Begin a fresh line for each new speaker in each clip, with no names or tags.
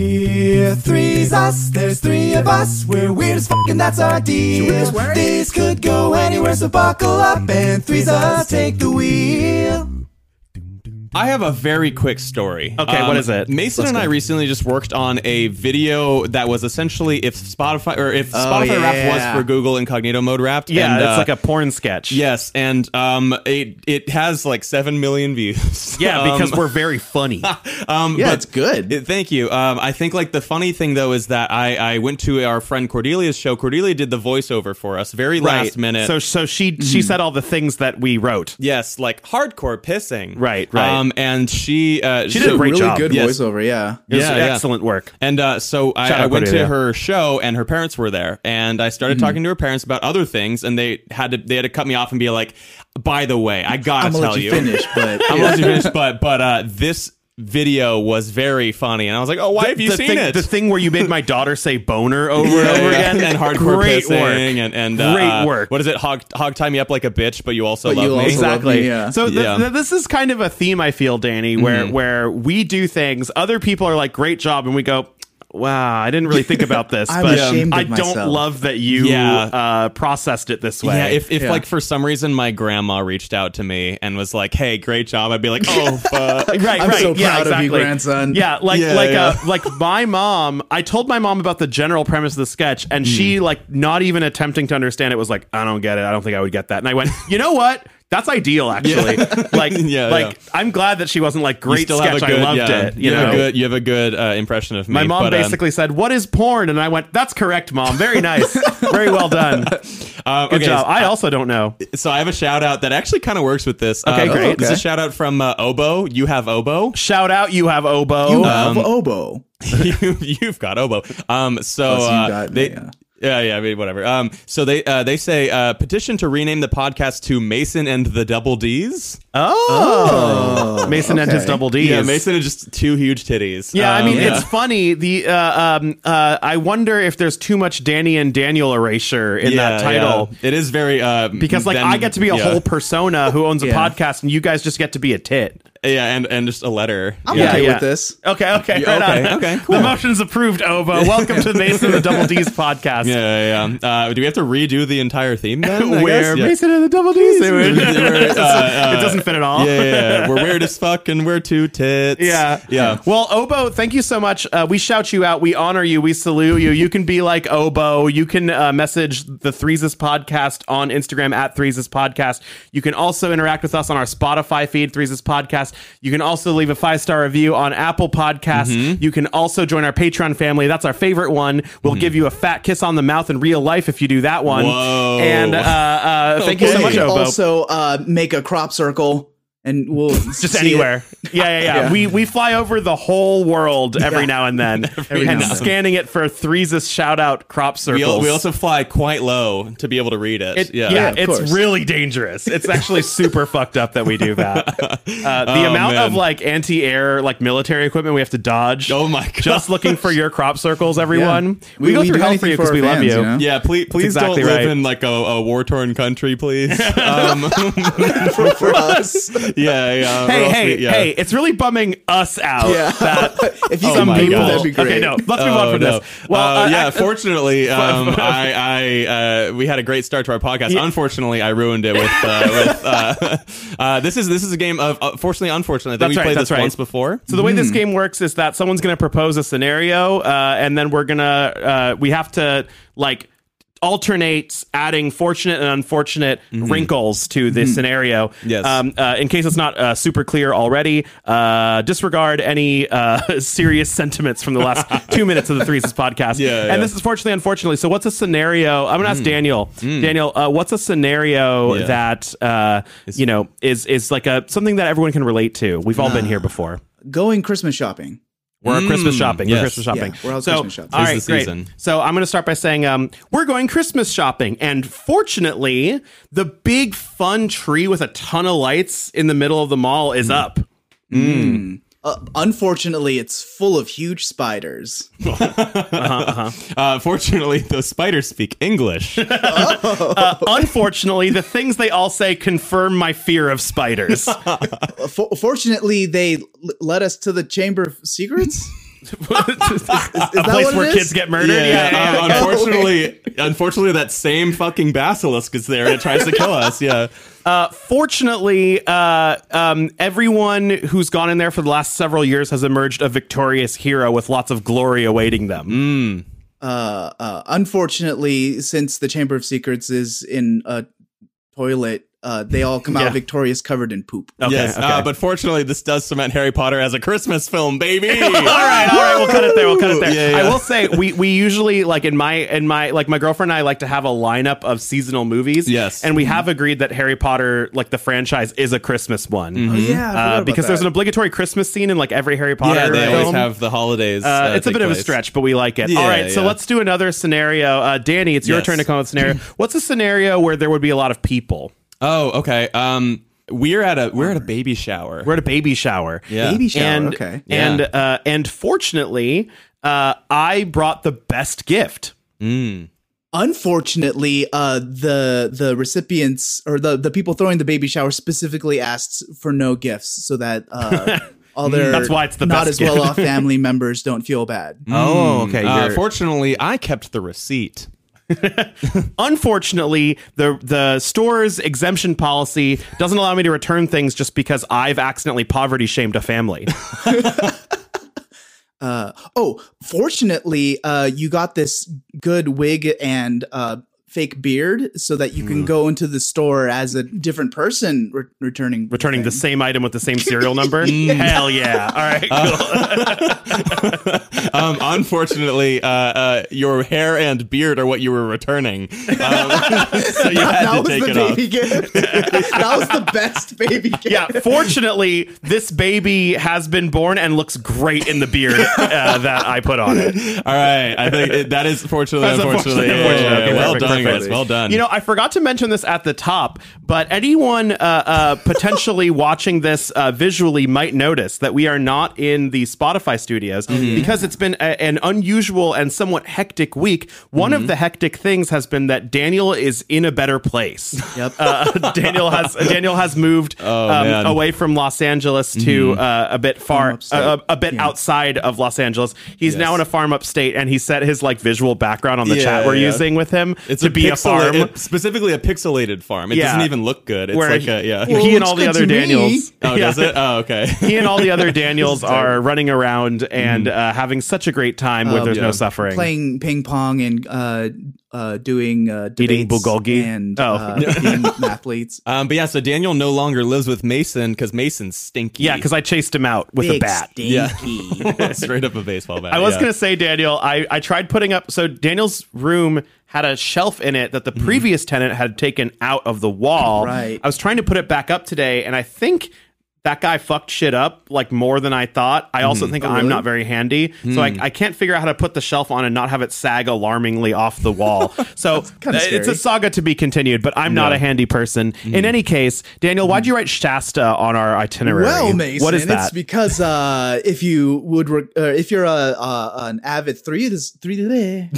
We're three's us, there's three of us, we're weird as fuck and that's our deal. This could go anywhere, so buckle up and three's us, take the wheel.
Um,
I have a very quick story. Um,
Okay, what is it?
Mason and I recently just worked on a video that was essentially if Spotify or if Spotify Wrapped
Oh, yeah.
was for Google Incognito Mode Wrapped.
Yeah,
and,
it's
uh,
like a porn sketch.
yes, and um, it it has like seven million views.
Yeah, because
Um,
we're very funny.
um,
Yeah,
but-
it's good.
Uh, Thank you. Um, I think like the funny thing though is that I I went to our friend Cordelia's show. Cordelia did the voiceover for us, very last minute. Hmm.
So so she she said all the things that we wrote.
yes, like hardcore pissing.
Right, right.
Um, and she uh,
She did a great
really
job.
good
yes.
voiceover, yeah.
It was
Yeah, yeah.
excellent work.
And uh, so I,
Shout out
I went to
Cordelia. Mm-hmm.
her show, and her parents were there, and I started talking to her parents about other things, and they had to they had to cut me off and be like, "By the way, I gotta
I'm gonna
tell
let you, finish, but
I'm gonna let you finish, but but uh, this video was very funny, and I was like, "Oh, why have you
the
seen
thing,
it?"
The thing where you made my daughter say boner over and
Yeah,
over
yeah.
again
and hardcore
Great
pissing
work.
and and uh,
Great
uh,
work.
What is it? Hog hog tie me up like a bitch, but you also
But
love
you
me.
also love
exactly.
me, yeah.
So th-
Yeah. Hmm.
th- this is kind of a theme I feel, Danny, where where we do things, other people are like, "Great job," and we go. Wow, I didn't really think about this,
I'm
but
ashamed of
I don't
myself."
love that you
Yeah.
uh, processed it this way.
Yeah, if, if
Yeah.
like for some reason my grandma reached out to me and was like, "Hey, great job," I'd be like, "Oh, fuck.
right,
I'm
right.
so
yeah,
proud of you,
exactly.
grandson.
Yeah, like
Yeah,
like
yeah.
Uh, like my mom. I told my mom about the general premise of the sketch, and
Hmm.
she like not even attempting to understand it was like, I don't get it. I don't think I would get that. And I went, you know what? That's ideal, actually. Like,
Yeah,
like
yeah.
I'm glad that she wasn't like
You
great
still
sketch.
have a good,
I loved
yeah,
it. You
have
know,
a good, you have a good uh, impression of me.
my mom
but, um,
basically said, "What is porn?" And I went, "That's correct, mom. Very nice. Very well done. Good
uh, okay,
job." I also don't know.
So I have a shout out that actually kind of works with this.
Okay,
uh,
great.
This is
Okay.
a shout out from uh, Oboe. You have Oboe.
Shout out, you have oboe.
you have oboe.
you, you've got oboe. Um, so
Plus you
uh,
got me,
they.
yeah.
yeah. Yeah, I mean, whatever. Um, so they uh, they say uh, petition to rename the podcast to Mason and the Double D's.
oh. Mason and his
okay.
double D.
Yeah, Mason and just two huge titties.
Yeah, I
Um,
mean
yeah.
it's funny. The uh, um, uh, I wonder if there's too much Danny and Daniel erasure in
Yeah,
that title
yeah. It is very uh,
because like
them-
I get to be a
yeah.
whole persona who owns a
Yeah.
podcast, and you guys just get to be a tit.
yeah, and and just a letter.
I'm
yeah.
okay
yeah.
with this.
Okay, okay,
Yeah,
right
okay,
on.
okay, cool.
The motion's approved. Obo, welcome to Mason and the Double D's podcast.
Yeah, yeah. yeah. Uh, do we have to redo the entire theme then? I
Where
guess? Yeah.
Mason and the Double D's,
They were- they were, uh, uh,
it doesn't fit at all.
yeah, yeah, yeah. We're weird as fuck and we're two tits.
Yeah.
yeah.
Well, Obo, thank you so much. Uh, we shout you out. We honor you. We salute you. You can be like Obo. You can uh, message the Threeses Podcast on Instagram at Threeses Podcast. You can also interact with us on our Spotify feed, Threeses Podcast. You can also leave a five star review on Apple Podcasts.
Mm-hmm.
You can also join our Patreon family. That's our favorite one. We'll
Mm.
give you a fat kiss on the mouth in real life if you do that one.
Whoa.
And uh, uh, thank you so
Okay.
much,
We
Obo.
also uh, make a crop circle, and we'll
just anywhere. Yeah, yeah, yeah,
Yeah.
We we fly over the whole world every now and then, and
now and then.
scanning it for Threeses shout out crop
We,
circles.
al- we also fly quite low to be able to read it.
It- yeah,
yeah.
of
it's
course.
really dangerous. It's actually super fucked up that we do that. Uh, the amount
man.
of like anti-air, like military equipment we have to dodge.
Oh my god.
Just looking for your crop circles, everyone.
Yeah.
We,
We-
go
we
through
do
hell for
anything
you
for
because
our
we love
fans,
you.
you know?
Yeah, please, please
exactly
don't live
right.
in like a, a war torn country, please. um,
for, for us.
yeah, yeah.
Hey,
Or else
hey,
we- yeah.
hey! It's really bumming us out.
Yeah.
That
If you
Oh
can
my
do it,
God.
that'd be great.
Okay, no, let's move on
Oh,
from
no.
this. Well,
Uh,
uh,
yeah.
I-
fortunately, um, I, I, uh, we had a great start to our podcast. Unfortunately, I ruined it with, uh, with uh, uh, this is this is a game of uh, fortunately, unfortunately. I think we
That's right,
played
that's
this
right.
once before.
So the way this game works is that someone's going to propose a scenario, uh, and then we're gonna uh, we have to like alternate adding fortunate and unfortunate wrinkles to the scenario.
Mm-hmm. Yes.
Um, uh, in case it's not uh, super clear already, uh, disregard any uh, serious sentiments from the last two minutes of the Threes podcast.
Yeah,
And
yeah.
this is fortunately, unfortunately. So what's a scenario? I'm gonna ask Daniel. Daniel, uh, what's a scenario
Mm. Yeah.
that uh, you know is is like a something that everyone can relate to? We've all been here
Ah.
before.
Going Christmas shopping.
We're at Christmas shopping. We're
Mm, yes.
Christmas shopping.
Yeah, we're out
so,
Christmas shopping.
All
This
right,
is the
great.
season.
So I'm going to start by saying um, we're going Christmas shopping, and fortunately, the big fun tree with a ton of lights in the middle of the mall
Hmm.
is up.
Uh, unfortunately, it's full of huge spiders.
Uh, fortunately, those spiders speak English.
Oh.
Unfortunately, the things they all say confirm my fear of spiders.
Uh, for- fortunately, they l- led us to the Chamber of Secrets.
a
that
place
what it
where
is?
kids get murdered.
Yeah,
Yeah, yeah,
uh,
yeah.
unfortunately, unfortunately, that same fucking basilisk is there and it tries to kill us. Yeah,
Uh, fortunately, uh, um, everyone who's gone in there for the last several years has emerged a victorious hero with lots of glory awaiting them.
uh, uh, unfortunately, since the Chamber of Secrets is in a toilet, uh, they all come
Yeah.
out victorious, covered in poop.
Okay,
yes.
okay.
Uh, but fortunately, this does cement Harry Potter as a Christmas film, baby.
all right, all right, we'll cut it there. We'll cut it there.
Yeah, yeah.
I will say we we usually like in my in my like my girlfriend and I like to have a lineup of seasonal movies.
Yes.
and we have agreed that Harry Potter like the franchise is a Christmas one.
Mm-hmm.
Oh, yeah, I forgot
Uh,
about
because there's
that.
an obligatory Christmas scene in like every Harry Potter.
Yeah, they
film.
always have the holidays.
Uh,
uh,
it's a
take
bit of a
place.
stretch, but we like it.
Yeah,
All right, so
yeah.
let's do another scenario. Uh, Danny, it's your
Yes.
turn to come up with a scenario. What's a scenario where there would be a lot of people?
Oh, okay. Um, we're at a we're at a baby shower.
We're at a baby shower.
yeah.
baby shower.
and
okay.
and
Yeah.
uh, and fortunately, uh, I brought the best gift.
Unfortunately, uh, the the recipients or the the people throwing the baby shower specifically asked for no gifts so that uh, all their
That's why it's the
not
best
as
gift.
well off family members don't feel bad.
Oh, okay.
Uh,
you're-
fortunately, I kept the receipt.
Unfortunately, the the store's exemption policy doesn't allow me to return things just because I've accidentally poverty shamed a family.
Oh, fortunately, uh, you got this good wig and uh, fake beard so that you
Hmm.
can go into the store as a different person re- returning
Returning the
thing.
same item with the same serial number. Hell yeah! All right. cool.
Um, unfortunately, uh, uh, your hair and beard are what you were returning, um, so you had
that
to
was
take
the
it off.
baby gift. that was the best baby gift.
Yeah. Fortunately, this baby has been born and looks great in the beard uh, that I put on it.
All right, I think it, that is fortunately,
That's
unfortunately,
unfortunately,
Yeah,
unfortunately.
yeah, yeah.
Okay,
well
perfect,
done,
perfect.
guys. Well done.
You know, I forgot to mention this at the top, but anyone uh, uh, potentially watching this uh, visually might notice that we are not in the Spotify studios
Mm-hmm.
because it's been a- an unusual and somewhat hectic week. One
Mm-hmm.
of the hectic things has been that Daniel is in a better place.
Yep.
Uh, Daniel has Daniel has moved
Oh, man. Mm-hmm.
um, away from Los Angeles to uh, a bit far,
upstate.
uh, a bit outside of Los Angeles. He's now in a farm upstate, and he set his like visual background on the
Yeah,
chat we're
yeah.
using with him
it's
to
a
be
pixela-
a farm.
it- specifically a pixelated farm. It
Yeah.
doesn't even look good. It's
where
like
he,
a yeah.
he and
looks
all the
good
other
to me.
Daniels.
oh,
yeah.
does it? Mm. Oh, okay.
He and all the other Daniels are running around and uh, having such a great time where there's
yeah.
no suffering.
Oh, Playing ping pong and uh, uh, doing uh,
Eating
debates
bulgogi?
and
Oh.
uh, being athletes.
Um, but yeah, so Daniel no longer lives with Mason because Mason's stinky.
yeah, because I chased him out with a
Big
bat.
stinky.
straight up a baseball bat.
I was
yeah.
gonna say, Daniel, I, I tried putting up so Daniel's room had a shelf in it that the previous tenant had taken out of the wall.
Mm. Right.
I was trying to put it back up today, and I think that guy fucked shit up like more than I thought. I
Mm-hmm.
also
Oh,
think I'm not very handy. So
Hmm.
I, I can't figure out how to put the shelf on and not have it sag alarmingly off the wall. So
kinda
uh, it's a
scary. Hmm.
saga to be continued, but I'm not a handy person. In any case, Daniel, why'd you write Shasta on our itinerary?
Well, Mason,
what is
it's
that?
because uh, if you would, re- uh, if you're a uh, an avid three, three,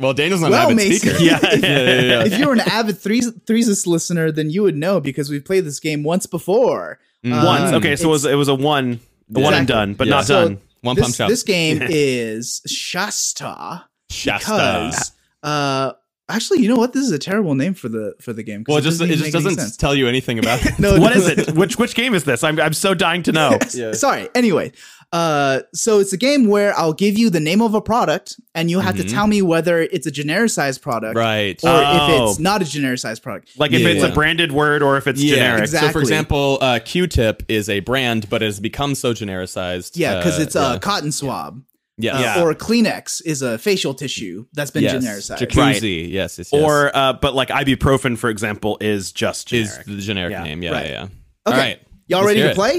Well, Daniel's not
well,
an avid
Mason,
speaker.
Yeah, yeah,
yeah, yeah.
if you're an avid threes threesis listener, then you would know because we've played this game once before.
Mm.
Once.
Um,
Okay, so it was, it was a one, a one and
Exactly.
done, but
Yeah.
not
So-
done.
One
this,
pump shop.
This game is Shasta
Shasta.
because uh, actually, you know what? This is a terrible name for the for the game. 'cause
Well, it just
doesn't
it
even
just
make any
doesn't
sense.
tell you anything about it.
No,
What is
doesn't.
it? Which which game is this? I'm I'm so dying to know.
Yeah.
Sorry. Anyway, uh, so it's a game where I'll give you the name of a product, and you have to tell me whether it's a genericized product,
Mm-hmm. Right.
or
Oh.
if it's not a genericized product.
Like if
Yeah.
it's a branded word or if it's generic.
So, for
Exactly.
example, uh, Q-tip is a brand, but it has become so genericized.
yeah, because it's a
uh,
cotton swab.
yeah.
Uh,
yeah.
Or Kleenex is a facial tissue that's been
yes.
genericized.
Jacuzzi.
Right.
Yes, yes, yes.
Or uh, but like ibuprofen, for example, is just
is
generic.
the generic
Yeah.
name? Yeah,
Right.
yeah.
Okay.
All right.
Y'all
Let's
ready
hear
to
it.
play?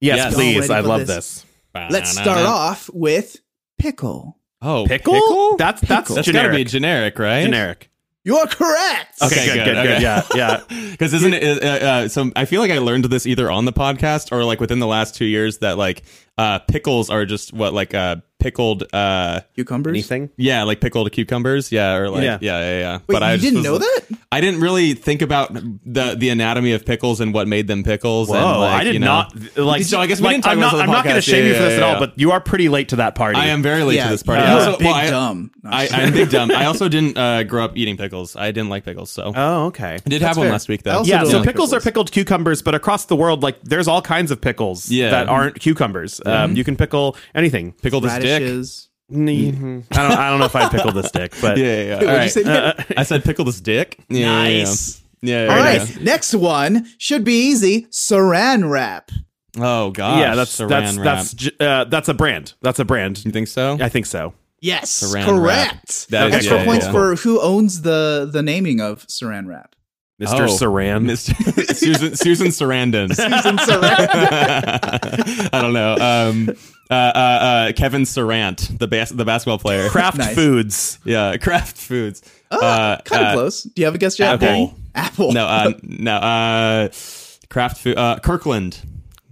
yes,
yes.
please.
Y'all
I
ready for
love this.
this? Let's start off with pickle.
Oh,
Pickle? That's that's
Pickle.
That's
generic.
gotta be generic, right?
generic.
You're correct.
Okay,
Okay,
good,
good,
good,
okay.
good. Yeah, yeah.
Because isn't it? Uh, uh, so I feel like I learned this either on the podcast or like within the last two years that like uh, pickles are just what like uh, pickled uh
Cucumbers.
Anything?
yeah, like pickled cucumbers, yeah, or like yeah,
Yeah.
yeah, yeah. yeah.
Wait, you
just
didn't
was
know
like-
that?
I didn't really think about the the anatomy of pickles and what made them pickles.
Whoa,
and like,
I did
you know,
not like.
So I guess we
like,
didn't talk
I'm
about
not.
this on
I'm
the
not going to
podcast.
shame
Yeah,
you for this
yeah,
at all,
yeah.
but you are pretty late to that party.
I am very late
Yeah,
to this party.
you're
I
a
also,
big
well, I-
dumb. No,
I,
just-
I'm big dumb. I also didn't uh, grow up eating pickles. I didn't like pickles, so I
Oh, okay.
did have one
Uh, fair.
last week
I
though.
also
Yeah,
don't
so
like
pickles, are
pickles.
pickled cucumbers, but across the world, like there's all kinds of pickles
Yeah.
that aren't cucumbers. Um, you can pickle anything.
pickled his dick. Yeah,
radishes.
Mhm. I don't. I don't know if I pickle this dick, but
Mm-hmm. yeah, yeah. All
what'd you
right.
say again?
I said pickled his dick. Yeah, yeah, yeah.
Nice.
Yeah. yeah,
All
yeah.
right, next one should be easy. Saran wrap.
Oh gosh.
yeah, that's
Saran
that's
wrap.
that's j- uh, that's a brand. That's a brand.
You think so?
I think so.
Yes,
Saran
correct.
wrap. That
is-
Extra
yeah,
points
yeah.
for who owns the the naming of Saran wrap.
Mr.
Oh.
Saran.
Mr. Susan Susan Sarandon.
Susan Saran.
I don't know. Um, uh, uh, uh, Kevin Sarant, the bas- the basketball player.
Kraft
Nice.
Foods.
yeah, Kraft Foods.
Oh,
Uh,
kind of
uh,
close. Do you have a guess yet?
Apple.
Danny? Apple.
No, uh, no. Uh, Kraft Food. Uh, Kirkland,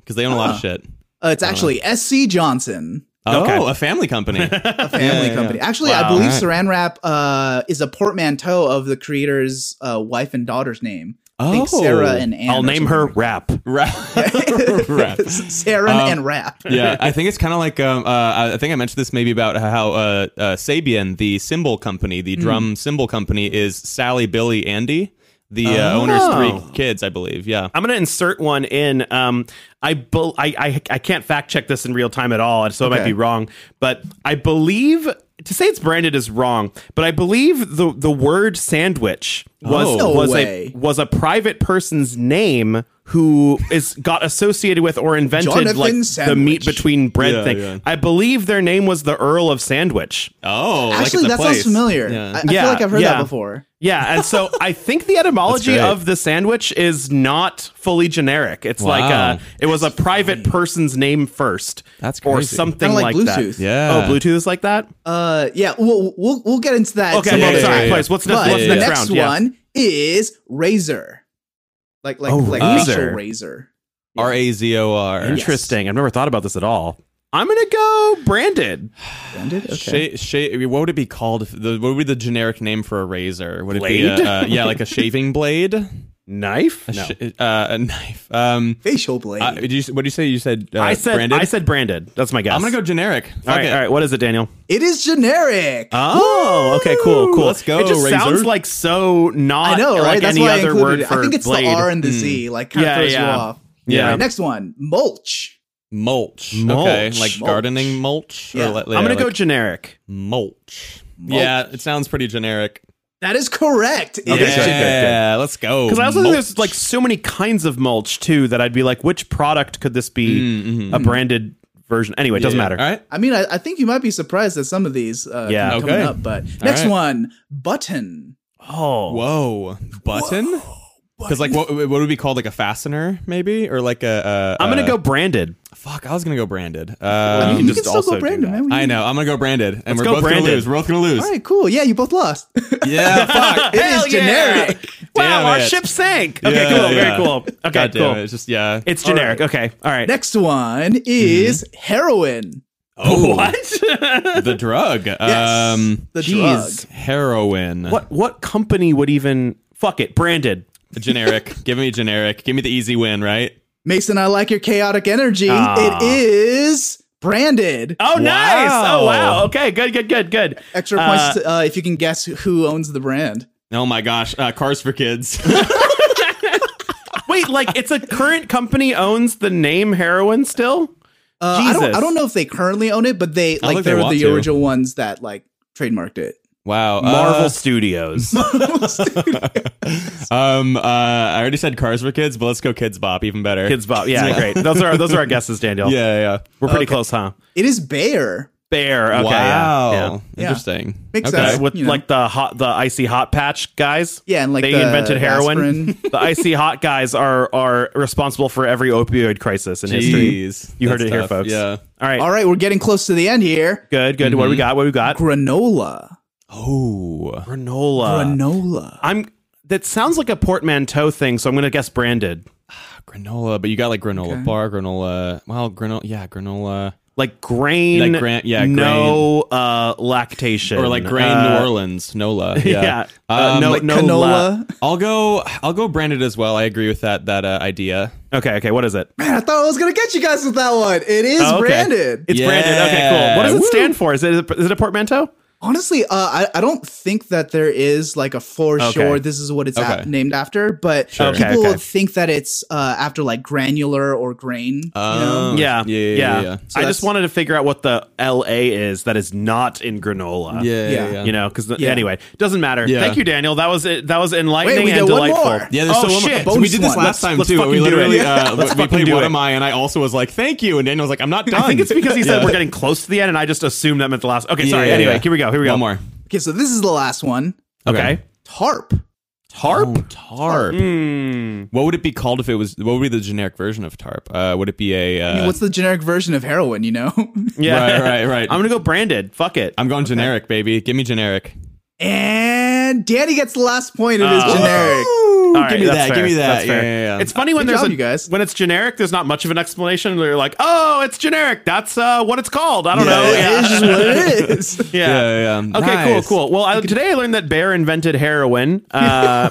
because they own a lot of shit.
Uh, it's actually SC Johnson,
Okay.
Oh, a family company.
a family company. Actually, I believe Saran Wrap uh, is a portmanteau of the creator's uh, wife and daughter's name. I think
Oh.
Sarah and Ann.
I'll
or
name
something.
her Rap.
Ra- Ra-
Saran and Wrap.
yeah, Um, I think it's kind of like um, uh, I- I think I mentioned this maybe about how uh, uh, Sabian, the cymbal company, the drum cymbal company, is Sally, Billy, Andy, the uh, owner's three kids, I believe. Yeah,
I'm going to insert one in. Um, I, bel I, I I can't fact check this in real time at all, and so it might
Okay.
be wrong. But I believe to say it's branded is wrong. But I believe the the word sandwich was
Oh. No
was
way.
a was a private person's name who is got associated with or invented
Jonathan
like the
Sandwich.
meat between bread
Yeah,
thing.
yeah.
I believe their name was the Earl of Sandwich.
Oh,
Actually,
like it's a
that sounds
place.
familiar.
Yeah.
I, I
Yeah,
feel like I've heard that
yeah.
before.
Yeah, and so I think the etymology
That's great.
of the sandwich is not fully generic. It's like
Wow.
uh it was a private person's name first,
That's
or
crazy.
something
Kinda like
like,
Bluetooth.
that.
Yeah.
Oh, Bluetooth is like that.
Uh, yeah, we'll we'll we'll get into that.
Okay,
some
yeah,
other
yeah,
time.
yeah, yeah.
Place, what's next-
But
what's
the
next
next
round? Yeah.
one is razor, like like
Oh,
like
razor.
facial razor.
R A Z O R.
Interesting. I've never thought about this at all. I'm gonna go branded.
Branded? Okay.
Sha- sha- what would it be called? if The, what would be the generic name for a razor? Would it
Blade?
be a, uh, yeah, like a shaving blade, a,
Knife? No.
sh- uh, a knife? Um,
Facial blade.
uh, did you, what did you say? You said uh,
I said
branded.
I said branded. That's my guess.
I'm gonna go generic.
All
Fuck
right,
it.
all right. What is it, Daniel?
it is generic.
Oh, okay, cool, cool.
Let's go,
It just
razor.
sounds like so not
I know,
Uh, like
right? That's
any
why I
other
included
word
it.
for
I think it's
blade. Hmm.
the R and the Z, like kind
Yeah,
of throws
yeah.
you off.
Yeah.
All right, next one, mulch.
Mulch.
Mulch.
Okay. Like
Mulch.
gardening mulch.
Yeah.
Or like,
I'm gonna go
like
generic.
mulch.
Mulch.
Yeah, it sounds pretty generic.
That is correct. It
Yeah,
is
good, good,
generic.
good.
let's go.
Because I also think there's
Mulch.
like so many kinds of mulch too that I'd be like, which product could this be a branded version? Anyway, it doesn't
Yeah,
matter.
Mm, mm-hmm. All right.
I mean, I, I think you might be surprised at some of these. Uh,
Yeah.
yeah, coming
Okay.
up. But next
right.
one, button.
Oh,
Whoa. Button. Because like what, what would it be called like a fastener maybe or like a. a
I'm gonna
a-
go branded.
Fuck, I was gonna go branded.
I
Um,
mean, you
just
can still
also
go
do
Brandon,
that.
man. We-
I know. I'm gonna go branded, and we're
go
both gonna
branded.
lose. We're both gonna lose.
All right, cool. Yeah, you both lost.
Yeah. Fuck.
It is generic.
Damn
wow, our
it.
ship sank. Okay,
Yeah,
cool,
yeah.
very cool. Okay,
God damn
cool.
it. It's just yeah.
It's generic. Okay, all right.
Next one
Mm-hmm.
is heroin.
oh,
what?
the drug.
Yes,
Um,
the
jeez.
heroin.
what? What company would even fuck it? Branded.
generic. Give me generic. Give me the easy win, right?
Mason, I like your chaotic energy.
Ah.
It is branded.
Oh, nice.
Wow.
Oh, wow. Okay, good, good, good, good.
Extra
Uh,
points to, uh, if you can guess who owns the brand.
Oh my gosh, uh, Cars for Kids.
Wait, like it's a current company owns the name heroin still?
Uh, I don't.
Jesus.
I don't know if they currently own it, but they
don't
like
think they
they're
want
the
to.
original ones that like trademarked it.
wow,
Marvel Studios.
Uh, um, uh, I already said Cars for Kids, but let's go Kids Bop, even better.
Kids Bop. Yeah, great. Those are those are our guesses, Daniel.
Yeah, yeah.
We're pretty close, huh?
It is Bayer.
Bear. Okay.
wow,
Yeah. yeah.
Yeah.
interesting.
Makes
okay.
Uh,
sense.
with
You know.
like the hot, the icy hot patch guys.
Yeah, and like
they
the
invented heroin.
aspirin.
the icy hot guys are are responsible for every opioid crisis in history.
Jeez,
You heard
That's
it here,
tough.
folks.
Yeah.
All right.
All right, we're getting close to the end here.
Good. Good.
Mm-hmm.
What do we got? What do we got?
Granola.
Oh,
Granola.
Granola.
I'm. That sounds like a portmanteau thing, so I'm going to guess branded.
granola, but you got like granola bar, granola. Well, granola. Yeah, granola.
like grain,
Like gran- yeah,
no uh, lactation,
or like grain
Uh,
New Orleans NOLA. Yeah,
yeah. Uh, no-
like,
no-
Canola.
I'll go. I'll go branded as well. I agree with that. That uh, idea.
Okay, okay, what is it?
Man, I thought I was gonna get you guys with that one. It is
Oh, okay.
branded.
It's
Yeah.
branded. Okay, cool. What does it
Woo.
stand for? Is it is it a portmanteau?
Honestly, uh, I, I don't think that there is like a for
Okay.
sure this is what it's a-
Okay.
named after, but
Sure. Okay,
people
okay.
think that it's uh, after like granular or grain. you know?
Oh,
Yeah,
yeah, yeah. yeah, yeah.
So
I
that's-
just wanted to figure out what the LA is that is not in granola.
Yeah, yeah,
Yeah.
yeah.
You know, because
Yeah.
anyway, doesn't matter.
Yeah.
Thank you, Daniel. That was it. That was enlightening
Wait, we
and
got one
delightful.
more.
Yeah, there's
oh,
still
shit.
one more. So we
Bonus
did this
one.
last time
let's
too.
fucking
We
do it.
literally
Yeah.
uh,
Let's
we
fucking
played
do
one
it.
of mine, and I also was like, "Thank you," and Daniel was like, "I'm not done."
I think it's because he said
Yeah.
we're getting close to the end, and I just assumed that meant the last. Okay, sorry.
Yeah, yeah,
anyway,
yeah.
here we go. Here we go.
One more.
Okay, so this is the last one.
Okay.
Tarp.
Tarp.
Oh, tarp.
Hmm.
What would it be called if it was? What would be the generic version of tarp? Uh, would it be a? Uh,
I mean, what's the generic version of heroin? You know,
Yeah.
Right, right, right.
I'm gonna go branded. Fuck it.
I'm going generic, baby. Give me generic.
and Danny gets the last point. It is
Uh,
generic.
All right,
give me
that's
that.
fair.
Give me that.
That's
Yeah,
fair.
yeah, yeah.
It's funny when
Good
there's
job,
a,
you guys.
when it's generic. There's not much of an explanation. They're like, oh, it's generic. That's uh, what it's called. I don't know.
It
Yeah.
is just what it is.
Yeah.
Yeah, yeah.
Okay,
Nice.
cool, cool. Well, I, today I learned that Bear invented heroin, uh,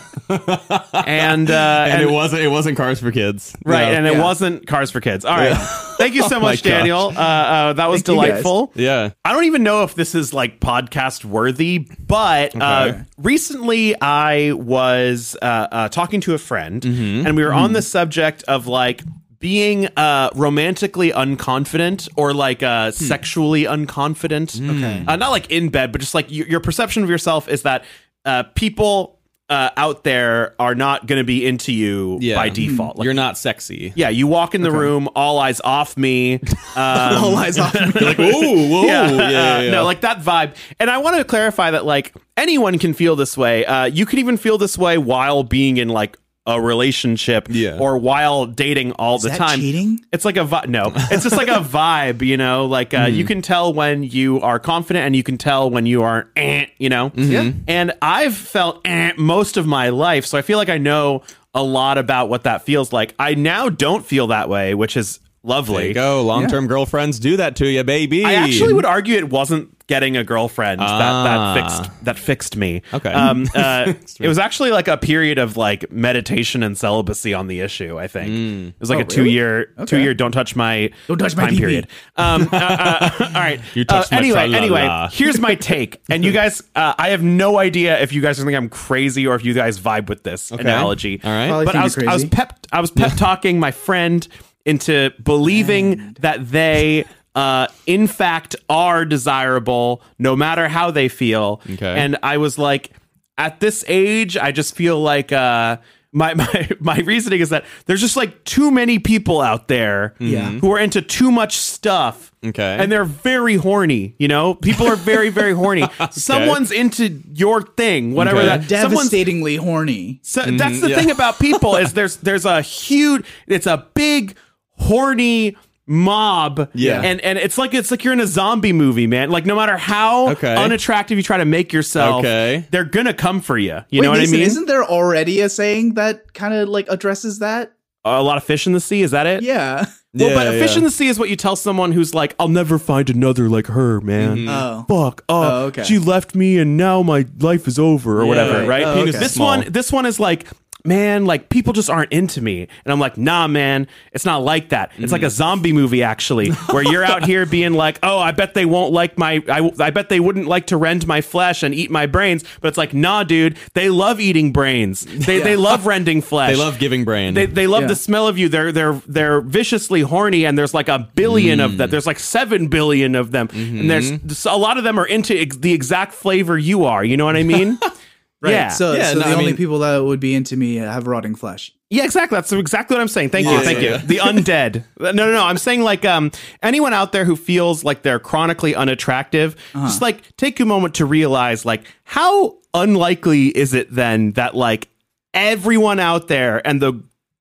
and, uh,
and, it wasn't. It wasn't cars for kids.
right,
No.
and it
Yeah.
wasn't Cars for Kids. All right, thank you so
Oh my
much,
gosh.
Daniel. Uh, uh, that was
Thank you guys.
delightful.
yeah.
I don't even know if this is like podcast worthy, but uh,
Okay.
recently I was uh, uh, talking to a friend
Mm-hmm.
and we were on the subject of like being uh, romantically unconfident or like
Hmm.
uh, sexually unconfident. Okay. Uh, not like in bed, but just like y- your perception of yourself is that uh, people uh, out there are not going to be into you
Yeah. Hmm.
by default. Like,
You're not sexy.
yeah, you walk in the room, all eyes off me. Um,
All eyes off me.
Like, ooh, whoa,
yeah,
yeah, yeah,
uh,
yeah.
no, like that vibe. And I want to clarify that like anyone can feel this way. Uh, you could even feel this way while being in like a relationship,
Yeah.
or while dating all the
that
time.
cheating?
It's like a vi- no. It's just like a vibe, you know. Like uh,
Hmm.
you can tell when you are confident, and you can tell when you are, eh, you know.
Mm-hmm.
Yeah.
And I've felt eh, most of my life, so I feel like I know a lot about what that feels like. I now don't feel that way, which is
there
lovely.
you go. Long-term girlfriends do that to you, baby.
I actually would argue it wasn't getting a girlfriend
Ah.
that that fixed that fixed me.
Okay.
um, uh, it was actually like a period of like meditation and celibacy on the issue. I think
Mm.
it
Oh,
was like a two year two year don't touch my
Don't touch my
time
DP.
period. Um, uh, uh, all right.
You touched
uh,
my
anyway.
tra-la-la.
anyway, here's my take, and you guys, uh, I have no idea if you guys think I'm crazy or if you guys vibe with this analogy.
All right.
Probably
but
think
I was
you're
I was
crazy.
pep I was pep talking my friend into believing that they uh in fact are desirable no matter how they feel
Okay.
and I was like at this age I just feel like uh my, my my reasoning is that there's just like too many people out there
Yeah.
who are into too much stuff
Mm-hmm. Okay.
and they're very horny you know people are very very horny someone's into your thing whatever
Okay.
that someone's
Devastatingly horny.
so
Mm,
that's the thing about people is there's there's a huge it's a big horny mob
Yeah.
and and it's like it's like you're in a zombie movie man like no matter how
Okay.
unattractive you try to make yourself
Okay.
they're gonna come for you you know what
Mason,
i mean
Isn't there already a saying that kind of like addresses that?
a lot of fish in the sea is that it
Yeah.
well but
Yeah,
fish
yeah.
in the sea is what you tell someone who's like i'll never find another like her man
Oh.
fuck oh,
Oh, okay.
she left me and now my life is over or whatever
right.
right
Oh, Penis okay.
this
small.
one this one is like man like people just aren't into me and i'm like nah man it's not like that it's like a zombie movie actually where you're out here being like oh i bet they won't like my I, I bet they wouldn't like to rend my flesh and eat my brains but it's like nah dude they love eating brains they, they love rending flesh
They love giving brain.
they, they love
Yeah.
the smell of you. They're they're they're viciously horny, and there's like a billion of them. There's like seven billion of them, and there's just- a lot of them are into ex- the exact flavor you are. You know what I mean?
Right.
Yeah.
So,
Yeah,
so
no,
the
I
only
mean-
people that would be into me have rotting flesh.
yeah, exactly. That's exactly what I'm saying. Thank you,
Yeah,
thank
yeah,
you.
yeah.
The undead. No, no, no. I'm saying like um anyone out there who feels like they're chronically unattractive,
Uh-huh.
just like take a moment to realize like how unlikely is it then that like everyone out there and the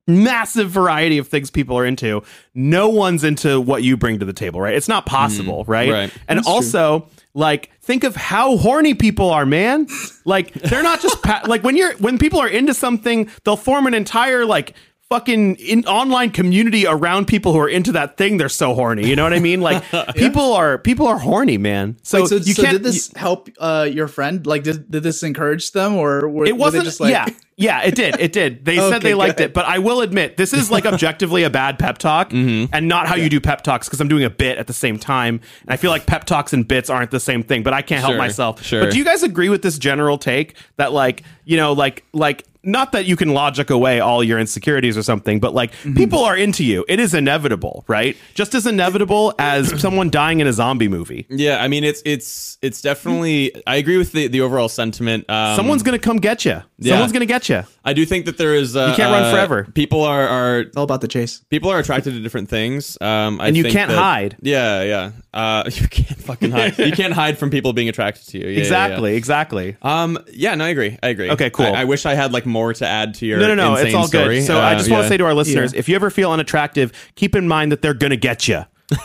massive variety of things people are into, no one's into what you bring to the table, right? It's not possible, right?
Mm, right.
And also, like, think of how horny people are, man. Like, they're not just pa- like when you're when people are into something, they'll form an entire like fucking in online community around people who are into that thing they're so horny you know what i mean like people are people are horny man so,
Wait, so,
you
so
can't
did this help uh, your friend? Like, did, did this encourage them, or were,
it wasn't
Were they just like,
yeah yeah it did it did they said
Okay,
they liked
good.
it but i will admit this is like objectively a bad pep talk
Mm-hmm.
and not how you do pep talks because i'm doing a bit at the same time and i feel like pep talks and bits aren't the same thing but i can't help
Sure,
myself
sure.
but do you guys agree with this general take that like you know like like not that you can logic away all your insecurities or something but like
Mm-hmm.
people are into you it is inevitable right just as inevitable as someone dying in a zombie movie
Yeah, I mean it's it's it's definitely. I agree with the the overall sentiment. Um,
someone's gonna come get you someone's gonna get you
I do think that there is. Uh,
You can't run
uh,
forever.
People are are
all about the chase?
people are attracted to different things. Um, I
And you
think
can't
that-
hide.
Yeah, yeah. Uh, you can't fucking hide. you can't hide from people being attracted to you. Yeah, yeah, yeah.
exactly exactly
Um. Yeah. No, I agree. I agree.
Okay, cool.
I, I wish I had like more to add to your.
No, no, no. It's
insane
all
story.
good. So I
Uh,
just want
yeah.
to say to our listeners, if you ever feel unattractive, keep in mind that they're gonna get you.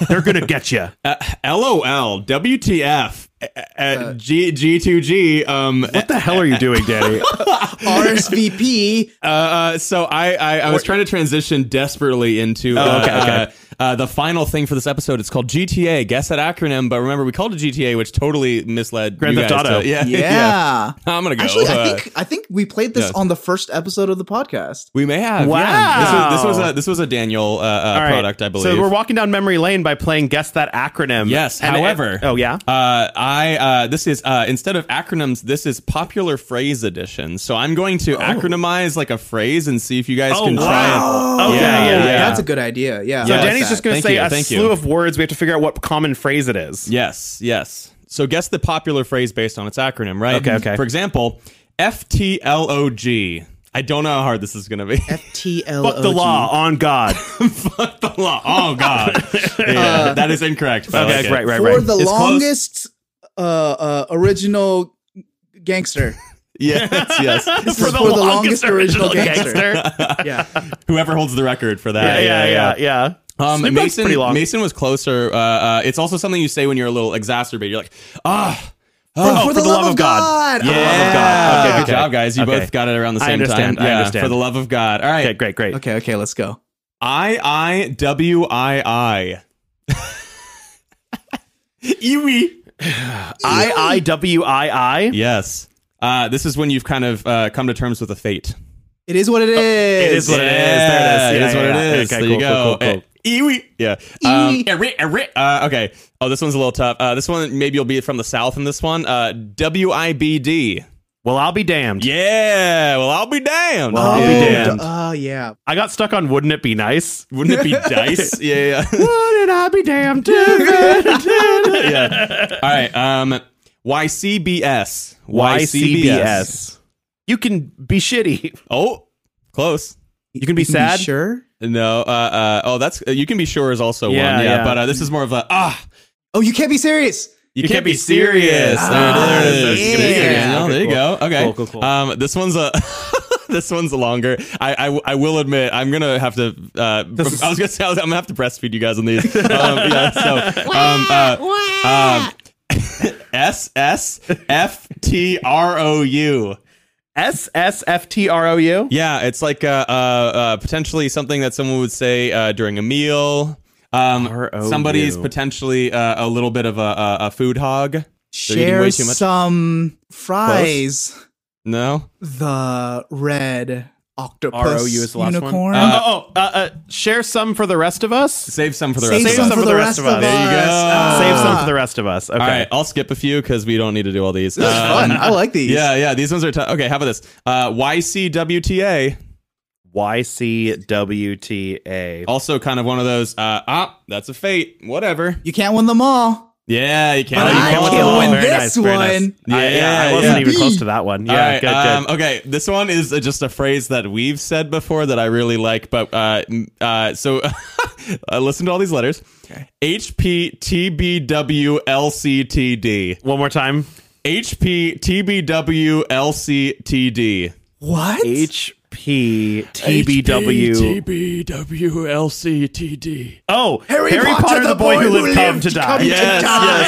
They're gonna get you.
Uh, LOL, WTF, at G G2G. Um,
Uh, what the hell are you doing, Danny?
RSVP.
uh, uh, so I, I, I was trying to transition desperately into uh,
Oh, okay, okay.
Uh, uh, the final thing for this episode. It's called GTA. Guess that acronym, but remember we called it GTA, which totally misled
Grand
you
Theft
guys
Auto.
to- yeah,
Yeah.
I'm gonna go.
Actually, I
uh,
think I think we played this
yes.
on the first episode of the podcast.
we may have.
Wow.
yeah. This, was, this was a this was a Daniel uh, uh,
All right.
product, I believe.
So we're walking down memory lane by playing guess that acronym.
Yes.
And it-
however,
oh yeah.
uh, I uh, this is uh, instead of acronyms, this is popular phrase edition. So I'm going to acronymize like a phrase and see if you guys
Oh,
can try
wow.
it.
Okay, yeah, yeah.
That's a good idea. Yeah.
so
I like
Danny's
that.
just gonna
Thank
say
you,
a
thank you.
slew of words. We have to figure out what common phrase it is.
yes, yes. So guess the popular phrase based on its acronym, right?
Okay, okay.
For example, FTLOG. I don't know how hard this is going to be.
TLOG.
Fuck the law on God.
Fuck the law. Oh God, Yeah, that is incorrect. but I
Okay,
like it.
right, right,
For
right.
the
It's close.
longest uh, uh, original gangster.
Yes, yes.
For the longest original gangster. yeah.
Whoever holds the record for that.
Yeah, yeah, yeah, yeah.
Um,
Snoop Dogg's
Mason,
pretty long.
Mason was closer. Uh, uh, it's also something you say when you're a little exacerbated. You're like, ah,
Oh, for the love of God.
Oh,
yeah.
God. Okay,
good
okay.
job, guys. You
Okay.
both got it around the
I
same
understand,
time.
I
yeah,
understand.
For the love of God. All
Okay,
right.
great, great.
Okay, okay, let's go.
I I W I I. Iwi.
I I W I I.
Yes. Uh, this is when you've kind of uh, come to terms with a fate.
It is what it is.
is what Oh, it is.
Yeah,
There it is. Yeah,
it is what
yeah,
it
yeah.
is. there
Okay, cool,
you go.
cool, cool,
Eh, iwi. Yeah. Um,
Iwi.
eri- eri- uh, okay. Oh, this one's a little tough. Uh, this one maybe you'll be from the south in this one. Uh, W I B D.
Well, I'll be damned.
Yeah. Well, I'll be damned.
Well, I'll be
Yeah.
damned.
Oh, yeah.
I got stuck on wouldn't it be nice?
Wouldn't it be dice? Yeah. Yeah.
Wouldn't I be damned to
yeah. All right. Um, Y C B S.
YCBS? You can be shitty.
Oh, close.
You can be sad.
sure?
No. Uh, uh, oh, that's uh, you can be sure is also
Yeah,
one. Yeah.
yeah.
But uh, this is more of a ah.
Oh, you can't be serious.
You, can't, be serious.
Ah,
there, it is.
yeah.
You can't be serious. No,
Okay,
there you
cool.
go. Okay.
Cool, cool, cool.
Um, this one's a. This one's longer. I, I, I will admit I'm gonna have to. Uh,
This is-
I was gonna say I was, I'm gonna have to breastfeed you guys on these. Um, yeah, so um, uh, um, S S F T R O U.
S S F T R O U.
Yeah, it's like uh, uh, uh, potentially something that someone would say uh, during a meal. Um,
R.O.U..
somebody's potentially uh, a little bit of a, a, a food hog. eating
Share
way too much.
some fries.
No.
The red octopus
R.O.U. is the last one.
unicorn.
Uh,
Oh, oh, uh, uh, share some for the rest of us.
Save some for the
Save
rest
some
of us.
for the rest of us.
There you go.
Ah.
Save some for the rest of us. Okay.
All right, I'll skip a few because we don't need to do all these. Um,
This is fun. I like these.
Yeah, yeah, these ones are tough. Okay, how about this? Uh, YCWTA,
Y C W T A.
also kind of one of those. Uh, ah, that's a fate. Whatever.
You can't win them all.
Yeah, you can't.
But
you
I
can't
can't
win them all.
win
Very
this
nice, very nice.
one.
I-
Yeah,
I wasn't
yeah.
even close to that one.
All
Yeah,
right,
good,
um,
good.
okay, this one is uh, just a phrase that we've said before that I really like, but uh, m- uh, so uh, listen to all these letters. H P T B W L C T D.
One more time.
H P T B W L C T D.
What?
H P T B W.
TBWLCTD.
Oh,
Harry Potter, the boy who lived
come to
to
die.
come to
Yes,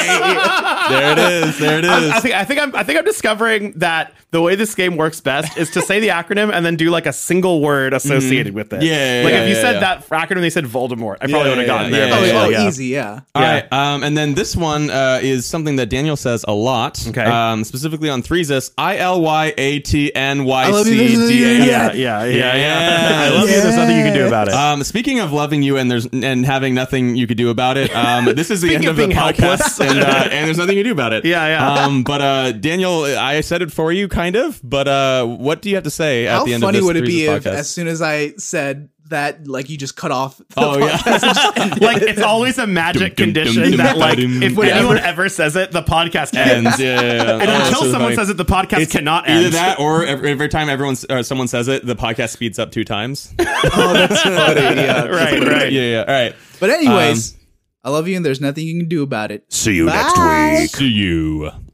yes. there it is. There it is.
I, I think I think I'm I think I'm discovering that the way this game works best is to say the acronym and then do like a single word associated with it.
Mm-hmm. Yeah, yeah,
like
yeah,
if you
yeah,
said
yeah.
that acronym, they said Voldemort. I probably
Yeah,
would have
yeah,
gotten
yeah,
there.
yeah,
Oh,
but-
oh,
yeah.
easy, yeah.
All
Yeah.
right, um, and then this one uh, is something that Daniel says a lot.
Okay.
um, specifically on Threesis. I L Y A T N
I
Y
love
C
you.
D A.
Yeah, yeah, yeah, yeah.
Yeah.
I love you. There's nothing you can do about it.
Um, speaking of loving you and there's and having nothing you could do about it, um, this is the end
Speaking
of, the
of being helpless.
podcast, and, uh, and there's nothing you do about it.
Yeah, yeah.
Um, but uh, Daniel, I said it for you, kind of. But uh, what do you have to say at
How
the end
funny
of this
would it be
Threesis
if,
podcast?
as soon as I said that, like you just cut off? The
Oh, yeah.
yeah,
like it's always a magic
Dum, dum,
condition
dum, dum,
that like
dum,
if
dum.
anyone ever says it, the podcast ends.
Ends. Yeah, yeah, yeah.
And
Oh,
until
so
someone
funny.
says it, the podcast cannot end.
Either that, or every, every time everyone uh, someone says it, the podcast speeds up two times.
right,
yeah,
right.
yeah. All right. Um,
But anyways, I love you, and there's nothing you can do about it.
See you next
Bye.
week.
See you.